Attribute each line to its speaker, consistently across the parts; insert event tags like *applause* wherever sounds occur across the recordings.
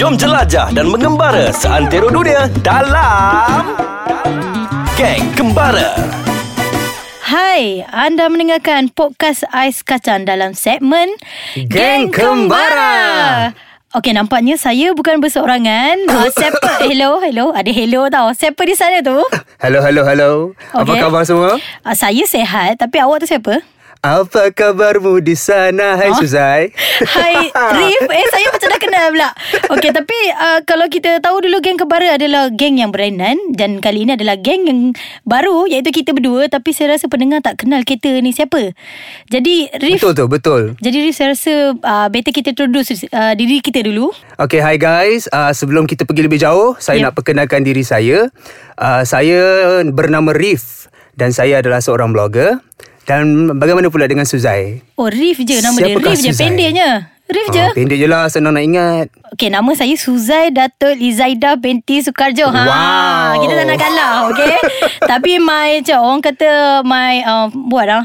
Speaker 1: Jom jelajah dan mengembara seantero dunia dalam Geng Kembara.
Speaker 2: Hai, anda mendengarkan podcast Ais Kacang dalam segmen
Speaker 3: Geng Kembara.
Speaker 2: Okey, nampaknya saya bukan berseorangan.
Speaker 3: *laughs*
Speaker 2: Uh, siapa? Hello, hello. Ada hello tau. Siapa di sana tu?
Speaker 3: Hello, hello, hello. Okay. Apa
Speaker 2: Okey.
Speaker 3: khabar semua?
Speaker 2: Uh, saya sehat, tapi awak tu siapa?
Speaker 3: Apa khabarmu di sana, hai
Speaker 2: Oh. *laughs*
Speaker 3: oh. Suzai? *laughs*
Speaker 2: Hai, Rif. Eh, saya macam dah kenal pula. Okey, tapi uh, kalau kita tahu dulu Geng Kembara adalah geng yang berlainan dan kali ini adalah geng yang baru iaitu kita berdua tapi saya rasa pendengar tak kenal kita ni siapa. Jadi, Rif
Speaker 3: Betul tu, betul.
Speaker 2: Jadi Rif saya rasa uh, Better kita introduce uh, Diri kita dulu
Speaker 3: Okay, hi guys. Uh, sebelum kita pergi lebih jauh,
Speaker 2: Ya.
Speaker 3: saya yeah. nak perkenalkan diri saya. Uh, saya bernama Rif dan saya adalah seorang blogger. Dan bagaimana pula dengan Suzai?
Speaker 2: Oh Rif je nama dia
Speaker 3: Siapakah
Speaker 2: Rif je
Speaker 3: Suzai?
Speaker 2: pendeknya Rif je
Speaker 3: Ah, pendek je lah, senang nak ingat.
Speaker 2: Okay nama saya Suzai Datuk Lizaida binti Sukarjo ha,
Speaker 3: Wow.
Speaker 2: Kita tak nak kalah
Speaker 3: *laughs*
Speaker 2: Okay Tapi my macam Orang kata My uh, Buat lah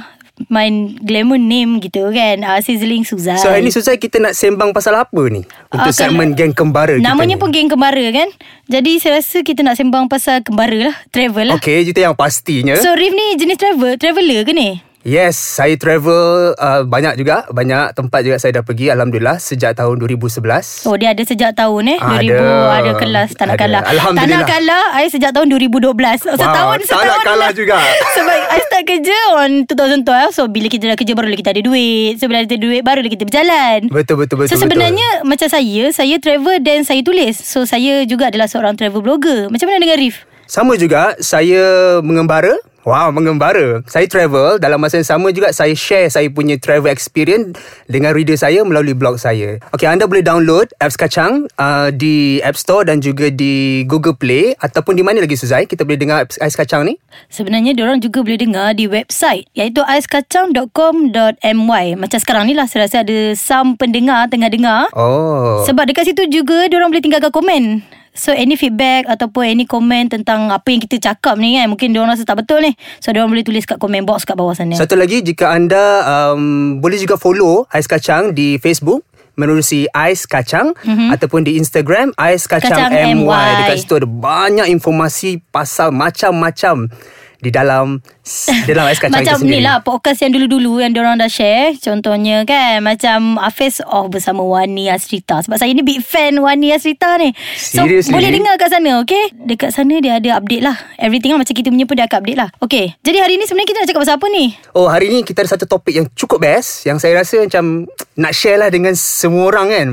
Speaker 2: My glamour name gitu kan uh, Sizzling Suzai
Speaker 3: So, hari ni Suzai kita nak sembang pasal apa ni? Untuk
Speaker 2: Ah, kalau-
Speaker 3: segmen Geng Kembara kita
Speaker 2: Namanya
Speaker 3: ni.
Speaker 2: pun geng kembara kan Jadi saya rasa kita nak sembang pasal kembara lah Travel lah
Speaker 3: Okay, kita yang pastinya.
Speaker 2: So Rif ni jenis travel Traveler ke ni?
Speaker 3: Yes, saya travel uh, banyak juga, banyak tempat juga saya dah pergi alhamdulillah sejak tahun 2011.
Speaker 2: Oh dia ada sejak tahun eh
Speaker 3: Ada.
Speaker 2: 2000 ada kelas tak nak
Speaker 3: Ada.
Speaker 2: kalah. Tak nak
Speaker 3: Alhamdulillah.
Speaker 2: kalah I sejak tahun 2012. Wow, setahun
Speaker 3: tak nak
Speaker 2: setahun.
Speaker 3: kalah
Speaker 2: lah.
Speaker 3: juga.
Speaker 2: *laughs* Sebab I start kerja on 2012 so bila kita dah kerja barulah kita ada duit. So bila ada duit barulah kita berjalan.
Speaker 3: Betul betul betul.
Speaker 2: so sebenarnya macam saya, saya travel dan saya tulis. So saya juga adalah seorang travel blogger. Macam mana dengan Rif?
Speaker 3: betul. sama juga saya mengembara. Wow, mengembara. Saya travel dalam masa yang sama juga saya share saya punya travel experience dengan reader saya melalui blog saya. Okey, anda boleh download apps Kacang uh, di App Store dan juga di Google Play ataupun di mana lagi Suzai kita boleh dengar apps Ais Kacang ni?
Speaker 2: Sebenarnya diorang juga boleh dengar di website iaitu aiskacang.com.my. Macam sekarang ni lah saya rasa ada some pendengar tengah dengar.
Speaker 3: Oh.
Speaker 2: Sebab dekat situ juga diorang boleh tinggalkan komen. So any feedback ataupun any komen tentang apa yang kita cakap ni kan mungkin diorang rasa tak betul ni. So diorang boleh tulis kat komen box kat bawah sana.
Speaker 3: Satu lagi jika anda um, boleh juga follow Ais Kacang di Facebook menerusi Ais Kacang mm-hmm. ataupun di Instagram Ais Kacang,
Speaker 2: Mhm. Kacang
Speaker 3: MY.
Speaker 2: MY.
Speaker 3: Dekat situ ada banyak informasi pasal macam-macam di dalam
Speaker 2: *laughs*
Speaker 3: di dalam Ais Kacang
Speaker 2: Macam
Speaker 3: itu sendiri.
Speaker 2: ni lah podcast yang dulu-dulu yang diorang dah share. Contohnya kan macam Hafiz off bersama Wani Asrita. Sebab saya ni big fan Wani Asrita ni. So
Speaker 3: Seriously?
Speaker 2: boleh dengar kat sana okay. Dekat sana dia ada update lah. Everything lah macam kita punya pun dia akan update lah. Okay. Jadi hari ni sebenarnya kita nak cakap pasal apa ni?
Speaker 3: Oh hari ni kita ada satu topik yang cukup best yang saya rasa macam nak share lah dengan semua orang kan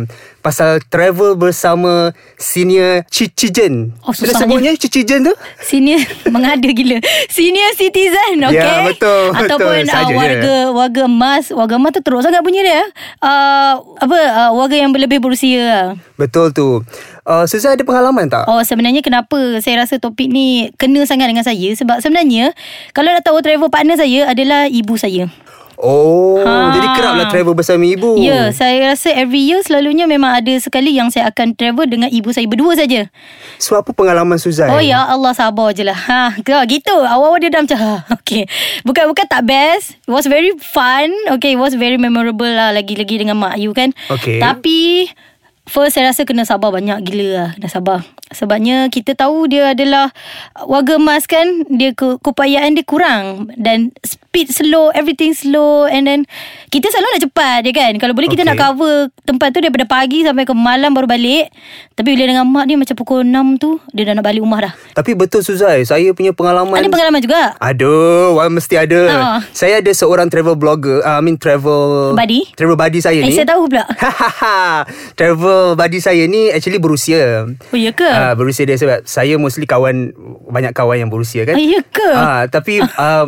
Speaker 3: pasal travel bersama senior Cici-Jen.
Speaker 2: Oh,
Speaker 3: Bila
Speaker 2: susahnya.
Speaker 3: sebutnya Cici-Jen tu?
Speaker 2: Senior *laughs* mengada gila Senior citizen okay?
Speaker 3: Ya, betul,
Speaker 2: Ataupun uh,
Speaker 3: betul. Saja je.
Speaker 2: warga Warga emas Warga emas tu teruk sangat punya dia uh, Apa uh, Warga yang lebih berusia
Speaker 3: Betul tu. Uh, Suzai ada pengalaman tak?
Speaker 2: Oh sebenarnya kenapa Saya rasa topik ni Kena sangat dengan saya Sebab sebenarnya Kalau nak tahu travel partner saya Adalah ibu saya
Speaker 3: Oh,
Speaker 2: Ha.
Speaker 3: ha. jadi keraplah travel bersama ibu.
Speaker 2: Ya saya rasa every year Selalunya memang ada sekali Yang saya akan travel Dengan ibu saya berdua saja
Speaker 3: So apa pengalaman Suzai?
Speaker 2: Oh ya Allah sabar je lah ha, kau Gitu Awal-awal dia dah macam ha, *laughs* Okay Bukan-bukan tak best It was very fun Okay it was very memorable lah Lagi-lagi dengan mak you kan
Speaker 3: Okay.
Speaker 2: Tapi First saya rasa kena sabar banyak gila lah Kena sabar Sebabnya kita tahu dia adalah Warga emas kan Dia ke, keupayaan dia kurang Dan speed slow Everything slow And then Kita selalu nak cepat je kan Kalau boleh kita
Speaker 3: Okay.
Speaker 2: nak cover cover tempat tu daripada pagi sampai ke malam baru balik. Tapi bila dengan mak dia macam pukul 6 tu dia dah nak balik rumah dah.
Speaker 3: Tapi betul Suzai, saya punya pengalaman.
Speaker 2: Ada pengalaman juga.
Speaker 3: Aduh, wah, mesti ada.
Speaker 2: Ah.
Speaker 3: Saya ada seorang travel blogger, uh, I mean travel
Speaker 2: Buddy?
Speaker 3: Travel buddy saya
Speaker 2: Eh
Speaker 3: ni.
Speaker 2: saya tahu pula.
Speaker 3: *laughs* travel buddy saya ni actually berusia.
Speaker 2: Oh ya ke?
Speaker 3: Ah, berusia dia sebab saya mostly kawan banyak kawan yang berusia kan.
Speaker 2: Ah, ya ke?
Speaker 3: Ah, tapi ah,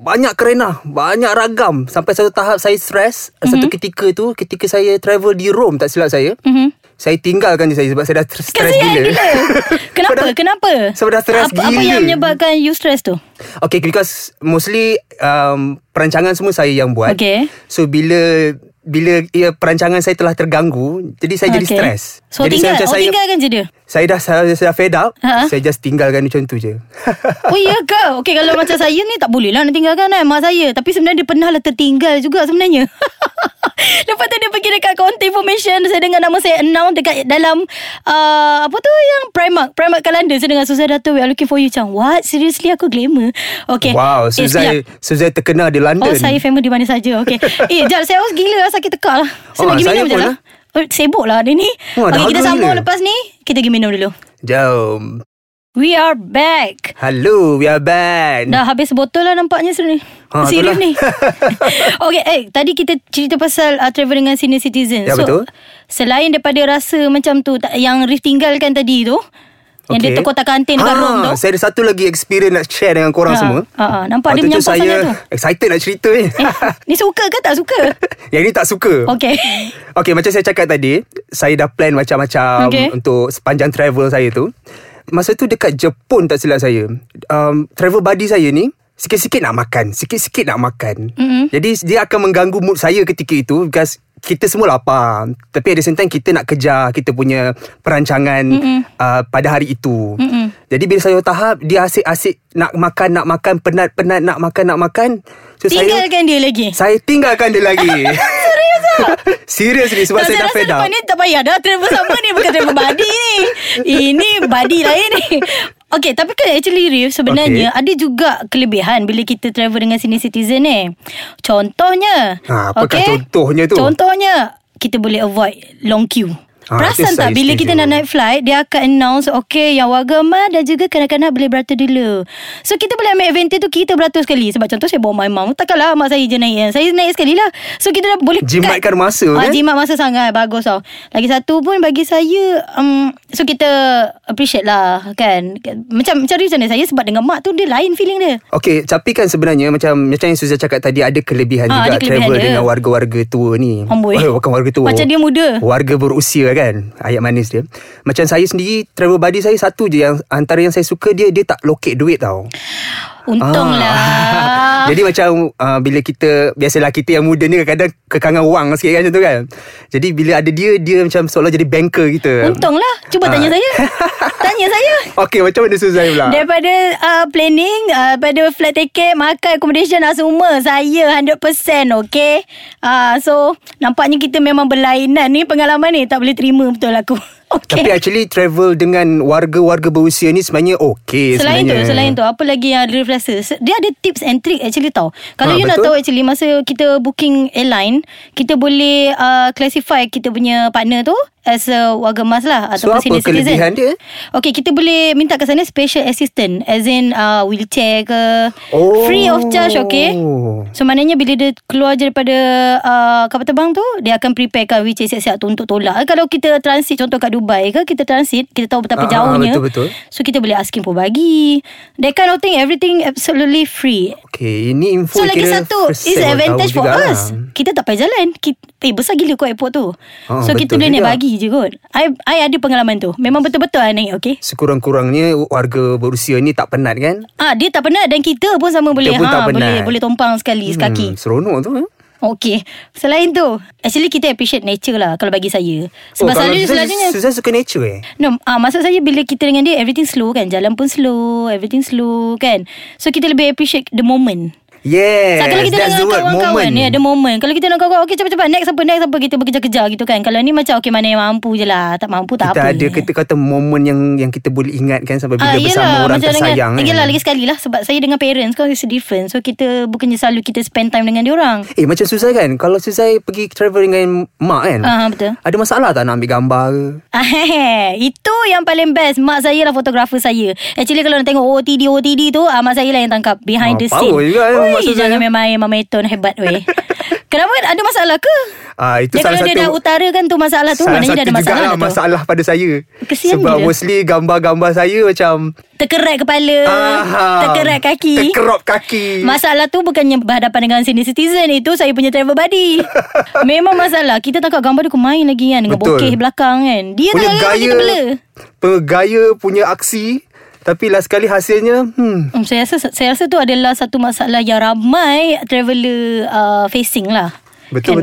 Speaker 3: banyak kerana, banyak ragam sampai satu tahap saya stres mm-hmm. satu ketika tu ketika saya travel di Rome tak silap saya.
Speaker 2: Mhm.
Speaker 3: Saya tinggalkan dia saya sebab saya dah stres
Speaker 2: Kasihan
Speaker 3: *laughs*
Speaker 2: gila.
Speaker 3: gila.
Speaker 2: Kenapa?
Speaker 3: Sebab dah-
Speaker 2: Kenapa?
Speaker 3: sebab dah stres
Speaker 2: apa, Apa
Speaker 3: gila.
Speaker 2: yang menyebabkan you stress tu?
Speaker 3: Okay because Mostly um, Perancangan semua saya yang buat
Speaker 2: Okay.
Speaker 3: So bila Bila ya, perancangan saya telah terganggu Jadi saya jadi
Speaker 2: Okay.
Speaker 3: stres
Speaker 2: So
Speaker 3: Jadi
Speaker 2: tinggal
Speaker 3: saya macam
Speaker 2: Oh
Speaker 3: saya-
Speaker 2: tinggalkan je dia
Speaker 3: Saya dah saya, saya dah fed up
Speaker 2: Ha?
Speaker 3: Saya just tinggalkan dia macam tu je *laughs*
Speaker 2: Oh ya ke Okay kalau macam saya ni Tak boleh lah nak tinggalkan kan Mak saya Tapi sebenarnya dia pernah lah tertinggal juga sebenarnya *laughs* Lepas tu dia pergi dekat Counter information Saya dengar nama saya announce Dekat dalam uh, Apa tu yang Primark Primark Kalanda Saya dengar Suzai Dato' We are looking for you Macam what Seriously aku glamour Okay
Speaker 3: Wow
Speaker 2: Eh,
Speaker 3: Suzai
Speaker 2: sekejap.
Speaker 3: Suzai terkenal di London
Speaker 2: Oh saya famous di mana saja
Speaker 3: *laughs*
Speaker 2: Okay Eh jap saya haus gila lah, Sakit tekak lah Saya
Speaker 3: Oh,
Speaker 2: nak pergi
Speaker 3: saya
Speaker 2: minum je
Speaker 3: pun
Speaker 2: lah Oh, Sibuk lah hari ni
Speaker 3: Wah,
Speaker 2: Okay
Speaker 3: dahaga
Speaker 2: kita sambung
Speaker 3: gila.
Speaker 2: lepas ni Kita pergi minum dulu
Speaker 3: Jom
Speaker 2: We are back
Speaker 3: Hello We are back
Speaker 2: Dah habis sebotol lah nampaknya serius ni.
Speaker 3: Hmm. Ha,
Speaker 2: serius
Speaker 3: itulah. *laughs*
Speaker 2: ni. okay, eh tadi kita cerita pasal uh, travel dengan senior citizen.
Speaker 3: Ya, betul.
Speaker 2: selain daripada rasa macam tu tak- yang Rif tinggalkan tadi tu, okay. yang dia terkotak kantin dekat
Speaker 3: Ha,
Speaker 2: room tu.
Speaker 3: Saya ada satu lagi experience nak share dengan korang
Speaker 2: Ha,
Speaker 3: semua.
Speaker 2: ha, ha. Nampak dia
Speaker 3: Waktu tu
Speaker 2: menyampah
Speaker 3: saya
Speaker 2: sangat tu.
Speaker 3: excited nak cerita ni.
Speaker 2: Eh, ni suka ke tak suka?
Speaker 3: *laughs* Yang ni tak suka.
Speaker 2: Okay.
Speaker 3: Okay, macam saya cakap tadi, saya dah plan macam-macam
Speaker 2: Okay.
Speaker 3: untuk sepanjang travel saya tu. Masa tu dekat Jepun tak silap saya. Um, travel buddy saya ni, sikit-sikit nak makan, sikit-sikit nak makan. Mm-hmm. Jadi dia akan mengganggu mood saya ketika itu because kita semua lapar. Tapi ada same time kita nak kejar kita punya perancangan uh, pada hari itu. Mm-mm. Jadi bila saya tahap, dia asyik-asyik nak makan, nak makan, penat-penat nak makan, nak makan. So saya
Speaker 2: Tinggalkan dia lagi.
Speaker 3: saya tinggalkan dia
Speaker 2: *laughs*
Speaker 3: lagi. Serius *laughs* ah? Serius ni sebab
Speaker 2: tak,
Speaker 3: saya
Speaker 2: saya
Speaker 3: dah
Speaker 2: rasa
Speaker 3: fed
Speaker 2: lepas
Speaker 3: up.
Speaker 2: ni tak payah dah Travel sama ni Bukan travel buddy ni Ini buddy lain ni Okay tapi kan actually Rif Sebenarnya okay.
Speaker 3: Okay.
Speaker 2: Ada juga kelebihan Bila kita travel dengan senior citizen ni Contohnya
Speaker 3: Ha, apakah contohnya tu?
Speaker 2: Contohnya Kita boleh avoid long queue
Speaker 3: Ha,
Speaker 2: Perasan
Speaker 3: itu
Speaker 2: tak
Speaker 3: saya
Speaker 2: bila kita
Speaker 3: setuju.
Speaker 2: nak naik flight Dia akan announce Okay yang wagama dan juga kanak-kanak boleh beratur dulu So kita boleh ambil advantage tu Kita beratur sekali Sebab contoh saya bawa my mum Takkanlah mak saya je naik kan Saya naik sekali lah So kita dah boleh cut.
Speaker 3: Jimatkan masa,
Speaker 2: Ah,
Speaker 3: kan?
Speaker 2: Jimat masa sangat Bagus tau Lagi satu pun bagi saya um, So kita appreciate lah kan Macam macam macam mana saya Sebab dengan mak tu Dia lain feeling dia
Speaker 3: Okey, tapi kan sebenarnya macam macam yang Suzia cakap tadi ada kelebihan
Speaker 2: Ah, ada
Speaker 3: juga
Speaker 2: kelebihan
Speaker 3: travel
Speaker 2: dia.
Speaker 3: dengan warga-warga tua ni.
Speaker 2: Amboi.
Speaker 3: Oh, bukan warga tua.
Speaker 2: Macam dia muda.
Speaker 3: Warga berusia kan. Ayat manis dia. Macam saya sendiri travel buddy saya satu je yang antara yang saya suka dia dia tak lokek duit tau.
Speaker 2: Untung lah
Speaker 3: *laughs* Jadi macam uh, bila kita biasalah kita yang muda ni kadang-kadang kekangan wang sikit kan macam tu kan. Jadi bila ada dia dia macam seolah jadi banker kita.
Speaker 2: Untung lah Cuba
Speaker 3: Ah.
Speaker 2: tanya
Speaker 3: *laughs*
Speaker 2: saya Tanya saya
Speaker 3: Okey, macam mana Suzai pula?
Speaker 2: Daripada uh, planning uh, Daripada flight ticket Makan accommodation lah semua Saya 100% Okay uh, So Nampaknya kita memang berlainan ni Pengalaman ni Tak boleh terima betul aku *laughs* Okay
Speaker 3: Tapi actually travel dengan warga-warga berusia ni sebenarnya okey
Speaker 2: Selain
Speaker 3: sebenarnya.
Speaker 2: tu Selain tu Apa lagi yang Arif rasa Se- Dia ada tips and trick actually tau Kalau
Speaker 3: Ha,
Speaker 2: you nak
Speaker 3: betul.
Speaker 2: tahu actually Masa kita booking airline Kita boleh uh, Classify kita punya partner tu As a warga mas lah
Speaker 3: So,
Speaker 2: Ataupun
Speaker 3: apa
Speaker 2: senior citizen
Speaker 3: kelebihan dia?
Speaker 2: Okay kita boleh Minta kat sana Special assistant As in uh, wheelchair ke
Speaker 3: Oh.
Speaker 2: Free of charge okay So maknanya bila dia keluar je daripada uh, kapal terbang tu Dia akan preparekan wheelchair siap-siap tu untuk tolak Kalau kita transit contoh kat Dubai ke Kita transit Kita tahu betapa
Speaker 3: Ah,
Speaker 2: jauhnya
Speaker 3: betul-betul.
Speaker 2: So kita boleh asking pun bagi That kind of thing everything absolutely free
Speaker 3: Okay, ini info
Speaker 2: So lagi
Speaker 3: kira
Speaker 2: satu
Speaker 3: first
Speaker 2: Is
Speaker 3: time
Speaker 2: advantage
Speaker 3: tahu
Speaker 2: for
Speaker 3: lah. jugalah.
Speaker 2: us Kita tak payah jalan kita, Eh besar gila kot airport tu
Speaker 3: Ah,
Speaker 2: So kita
Speaker 3: betul
Speaker 2: boleh naik
Speaker 3: juga.
Speaker 2: bagi je kot I, I ada pengalaman tu Memang betul-betul I naik okay
Speaker 3: Sekurang-kurangnya warga berusia ni tak penat kan?
Speaker 2: Ah dia tak penat dan kita pun sama boleh ha,
Speaker 3: pun tak
Speaker 2: boleh
Speaker 3: penat.
Speaker 2: boleh tompang sekali sekaki.
Speaker 3: Hmm, seronok tu. eh?
Speaker 2: Okay Selain tu Actually kita appreciate nature lah Kalau bagi saya
Speaker 3: oh,
Speaker 2: Sebab
Speaker 3: kalau
Speaker 2: selalu
Speaker 3: Suzai,
Speaker 2: selalunya
Speaker 3: Suzai suka nature eh?
Speaker 2: No, ah, maksud saya bila kita dengan dia everything slow kan. Jalan pun slow, everything slow kan. So kita lebih appreciate the moment. so,
Speaker 3: Yes,
Speaker 2: kalau kita
Speaker 3: that's
Speaker 2: dengan
Speaker 3: the word,
Speaker 2: kawan-kawan Ya,
Speaker 3: moment.
Speaker 2: ni ada moment. Kalau kita dengan kawan-kawan, okay cepat-cepat next apa next apa kita berkejar-kejar gitu kan. Kalau ni macam okay mana yang mampu je lah. Tak mampu tak
Speaker 3: kita
Speaker 2: apa.
Speaker 3: ada kata-kata momen yang yang kita boleh ingatkan sampai bila
Speaker 2: Ah,
Speaker 3: bersama
Speaker 2: yelah,
Speaker 3: orang
Speaker 2: macam
Speaker 3: tersayang.
Speaker 2: dengan,
Speaker 3: kan?
Speaker 2: Yelah lagi sekali lah Sebab saya dengan parents Kau it's different So kita Bukannya selalu kita spend time dengan dia orang
Speaker 3: Eh macam Suzai kan Kalau Suzai pergi travel dengan mak kan
Speaker 2: Ah, betul.
Speaker 3: Ada masalah tak nak ambil gambar ke
Speaker 2: Ah, *laughs* itu yang paling best Mak saya lah fotografer saya Actually kalau nak tengok OOTD OOTD tu ah, Mak saya lah yang tangkap Behind
Speaker 3: Ah,
Speaker 2: the
Speaker 3: power
Speaker 2: scene
Speaker 3: juga eh,
Speaker 2: Ui,
Speaker 3: mak saya.
Speaker 2: Jangan main-main Mama Eton hebat
Speaker 3: *laughs*
Speaker 2: weh Kenapa ada masalah ke?
Speaker 3: Ah, itu
Speaker 2: dia
Speaker 3: salah
Speaker 2: kalau dia
Speaker 3: satu-
Speaker 2: dah utara kan tu masalah tu
Speaker 3: Salah
Speaker 2: Maknanya
Speaker 3: satu
Speaker 2: dia ada masalah
Speaker 3: jugalah
Speaker 2: lah tu
Speaker 3: masalah pada saya
Speaker 2: Kesian
Speaker 3: Sebab
Speaker 2: dia.
Speaker 3: mostly gambar-gambar saya macam
Speaker 2: Terkerat kepala
Speaker 3: ah,
Speaker 2: Eh, Terkerat kaki
Speaker 3: Terkerop kaki
Speaker 2: Masalah tu bukannya berhadapan dengan senior citizen Itu saya punya travel
Speaker 3: *laughs*
Speaker 2: buddy Memang masalah Kita tangkap gambar dia main lagi kan Dengan
Speaker 3: Betul.
Speaker 2: bokeh belakang kan Dia
Speaker 3: Punya
Speaker 2: tak kaki
Speaker 3: gaya
Speaker 2: kita bela
Speaker 3: pe- Gaya punya aksi Tapi last kali hasilnya hmm,
Speaker 2: Hmm, saya rasa saya rasa tu adalah satu masalah yang ramai traveller uh, facing lah.
Speaker 3: Betul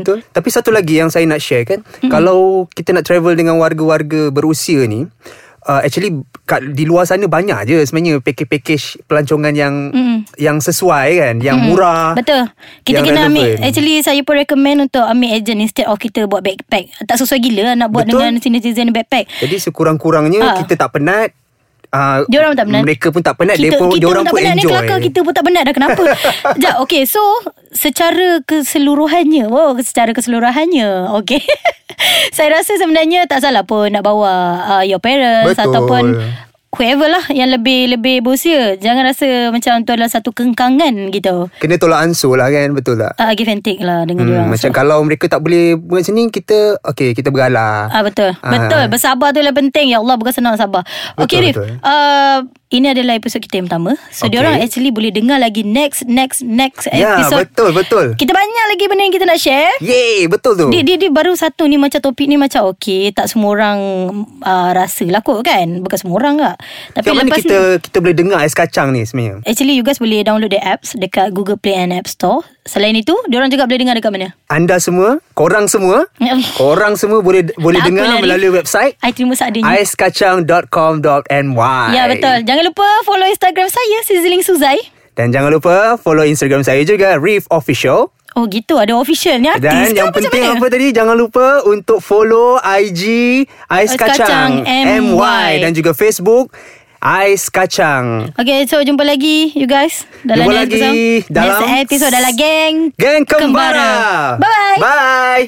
Speaker 2: kan?
Speaker 3: betul. Tapi satu lagi yang saya nak share kan, mm-hmm. kalau kita nak travel dengan warga-warga berusia ni, uh, actually kat di luar sana banyak je sebenarnya package-package pelancongan yang mm-hmm. yang sesuai kan, yang mm-hmm. murah.
Speaker 2: Hmm, Betul Kita
Speaker 3: yang
Speaker 2: kena ambil
Speaker 3: relevan.
Speaker 2: Actually saya pun recommend Untuk ambil agent Instead of kita buat backpack Tak sesuai gila lah Nak buat
Speaker 3: Betul.
Speaker 2: dengan Netizen backpack
Speaker 3: Jadi sekurang-kurangnya
Speaker 2: Ah.
Speaker 3: kita tak penat. Uh,
Speaker 2: Diorang tak penat
Speaker 3: Mereka pun tak penat
Speaker 2: kita,
Speaker 3: Dia pun
Speaker 2: kita
Speaker 3: Diorang
Speaker 2: tak
Speaker 3: pun
Speaker 2: penat
Speaker 3: enjoy
Speaker 2: ni kelakar Kita pun tak penat dah
Speaker 3: *laughs*
Speaker 2: kenapa Sekejap okay so Secara keseluruhannya Wow secara keseluruhannya Okay *laughs* Saya rasa sebenarnya tak salah pun Nak bawa uh, your parents
Speaker 3: Betul.
Speaker 2: Ataupun Whoever lah Yang lebih-lebih berusia Jangan rasa macam tu adalah satu kengkangan gitu
Speaker 3: Kena tolak ansur lah kan Betul tak
Speaker 2: uh, Give and take lah dengan hmm,
Speaker 3: hmm,
Speaker 2: diorang
Speaker 3: Macam
Speaker 2: So-
Speaker 3: kalau mereka tak boleh Buat sini Kita Okay kita bergalah
Speaker 2: Ah betul.
Speaker 3: Ah.
Speaker 2: Betul. Bersabar tu lah penting. Ya Allah bukan senang nak sabar. Okey
Speaker 3: Betul,
Speaker 2: Rif.
Speaker 3: betul.
Speaker 2: Uh, ini adalah episod kita yang pertama. So
Speaker 3: Okey.
Speaker 2: okay. diorang actually boleh dengar lagi next next next
Speaker 3: Ya,
Speaker 2: episod.
Speaker 3: betul, betul.
Speaker 2: Kita banyak lagi benda yang kita nak share.
Speaker 3: Yeay betul tu
Speaker 2: Dia, dia, dia baru satu ni macam topik ni macam okey tak semua orang uh, rasa lah kot kan bukan semua orang lah tapi
Speaker 3: Macam mana
Speaker 2: lepas
Speaker 3: kita
Speaker 2: ni
Speaker 3: kita boleh dengar ais kacang ni sebenarnya?
Speaker 2: actually you guys boleh download the apps dekat Google Play and App Store selain itu diorang juga boleh dengar dekat mana
Speaker 3: Anda semua, korang
Speaker 2: *laughs*
Speaker 3: semua, korang semua boleh boleh
Speaker 2: Tak
Speaker 3: dengar
Speaker 2: apalah, Rif.
Speaker 3: melalui website
Speaker 2: I terima seadanya
Speaker 3: aiskacang.com.my.
Speaker 2: ya betul jangan lupa follow Instagram saya Sizzling Suzai
Speaker 3: Dan jangan lupa follow Instagram saya juga Reef Official.
Speaker 2: Oh gitu ada official ni artis
Speaker 3: Dan
Speaker 2: ke
Speaker 3: yang
Speaker 2: macam
Speaker 3: penting
Speaker 2: mana?
Speaker 3: apa tadi Jangan lupa untuk follow IG Ais
Speaker 2: Ais
Speaker 3: Kacang,
Speaker 2: Kacang MY.
Speaker 3: Dan juga Facebook Ais Kacang
Speaker 2: Okay so jumpa lagi you guys Dalam
Speaker 3: Jumpa
Speaker 2: next
Speaker 3: lagi
Speaker 2: episode
Speaker 3: dalam
Speaker 2: Next episode adalah geng
Speaker 3: Geng Kembara
Speaker 2: Bye bye
Speaker 3: Bye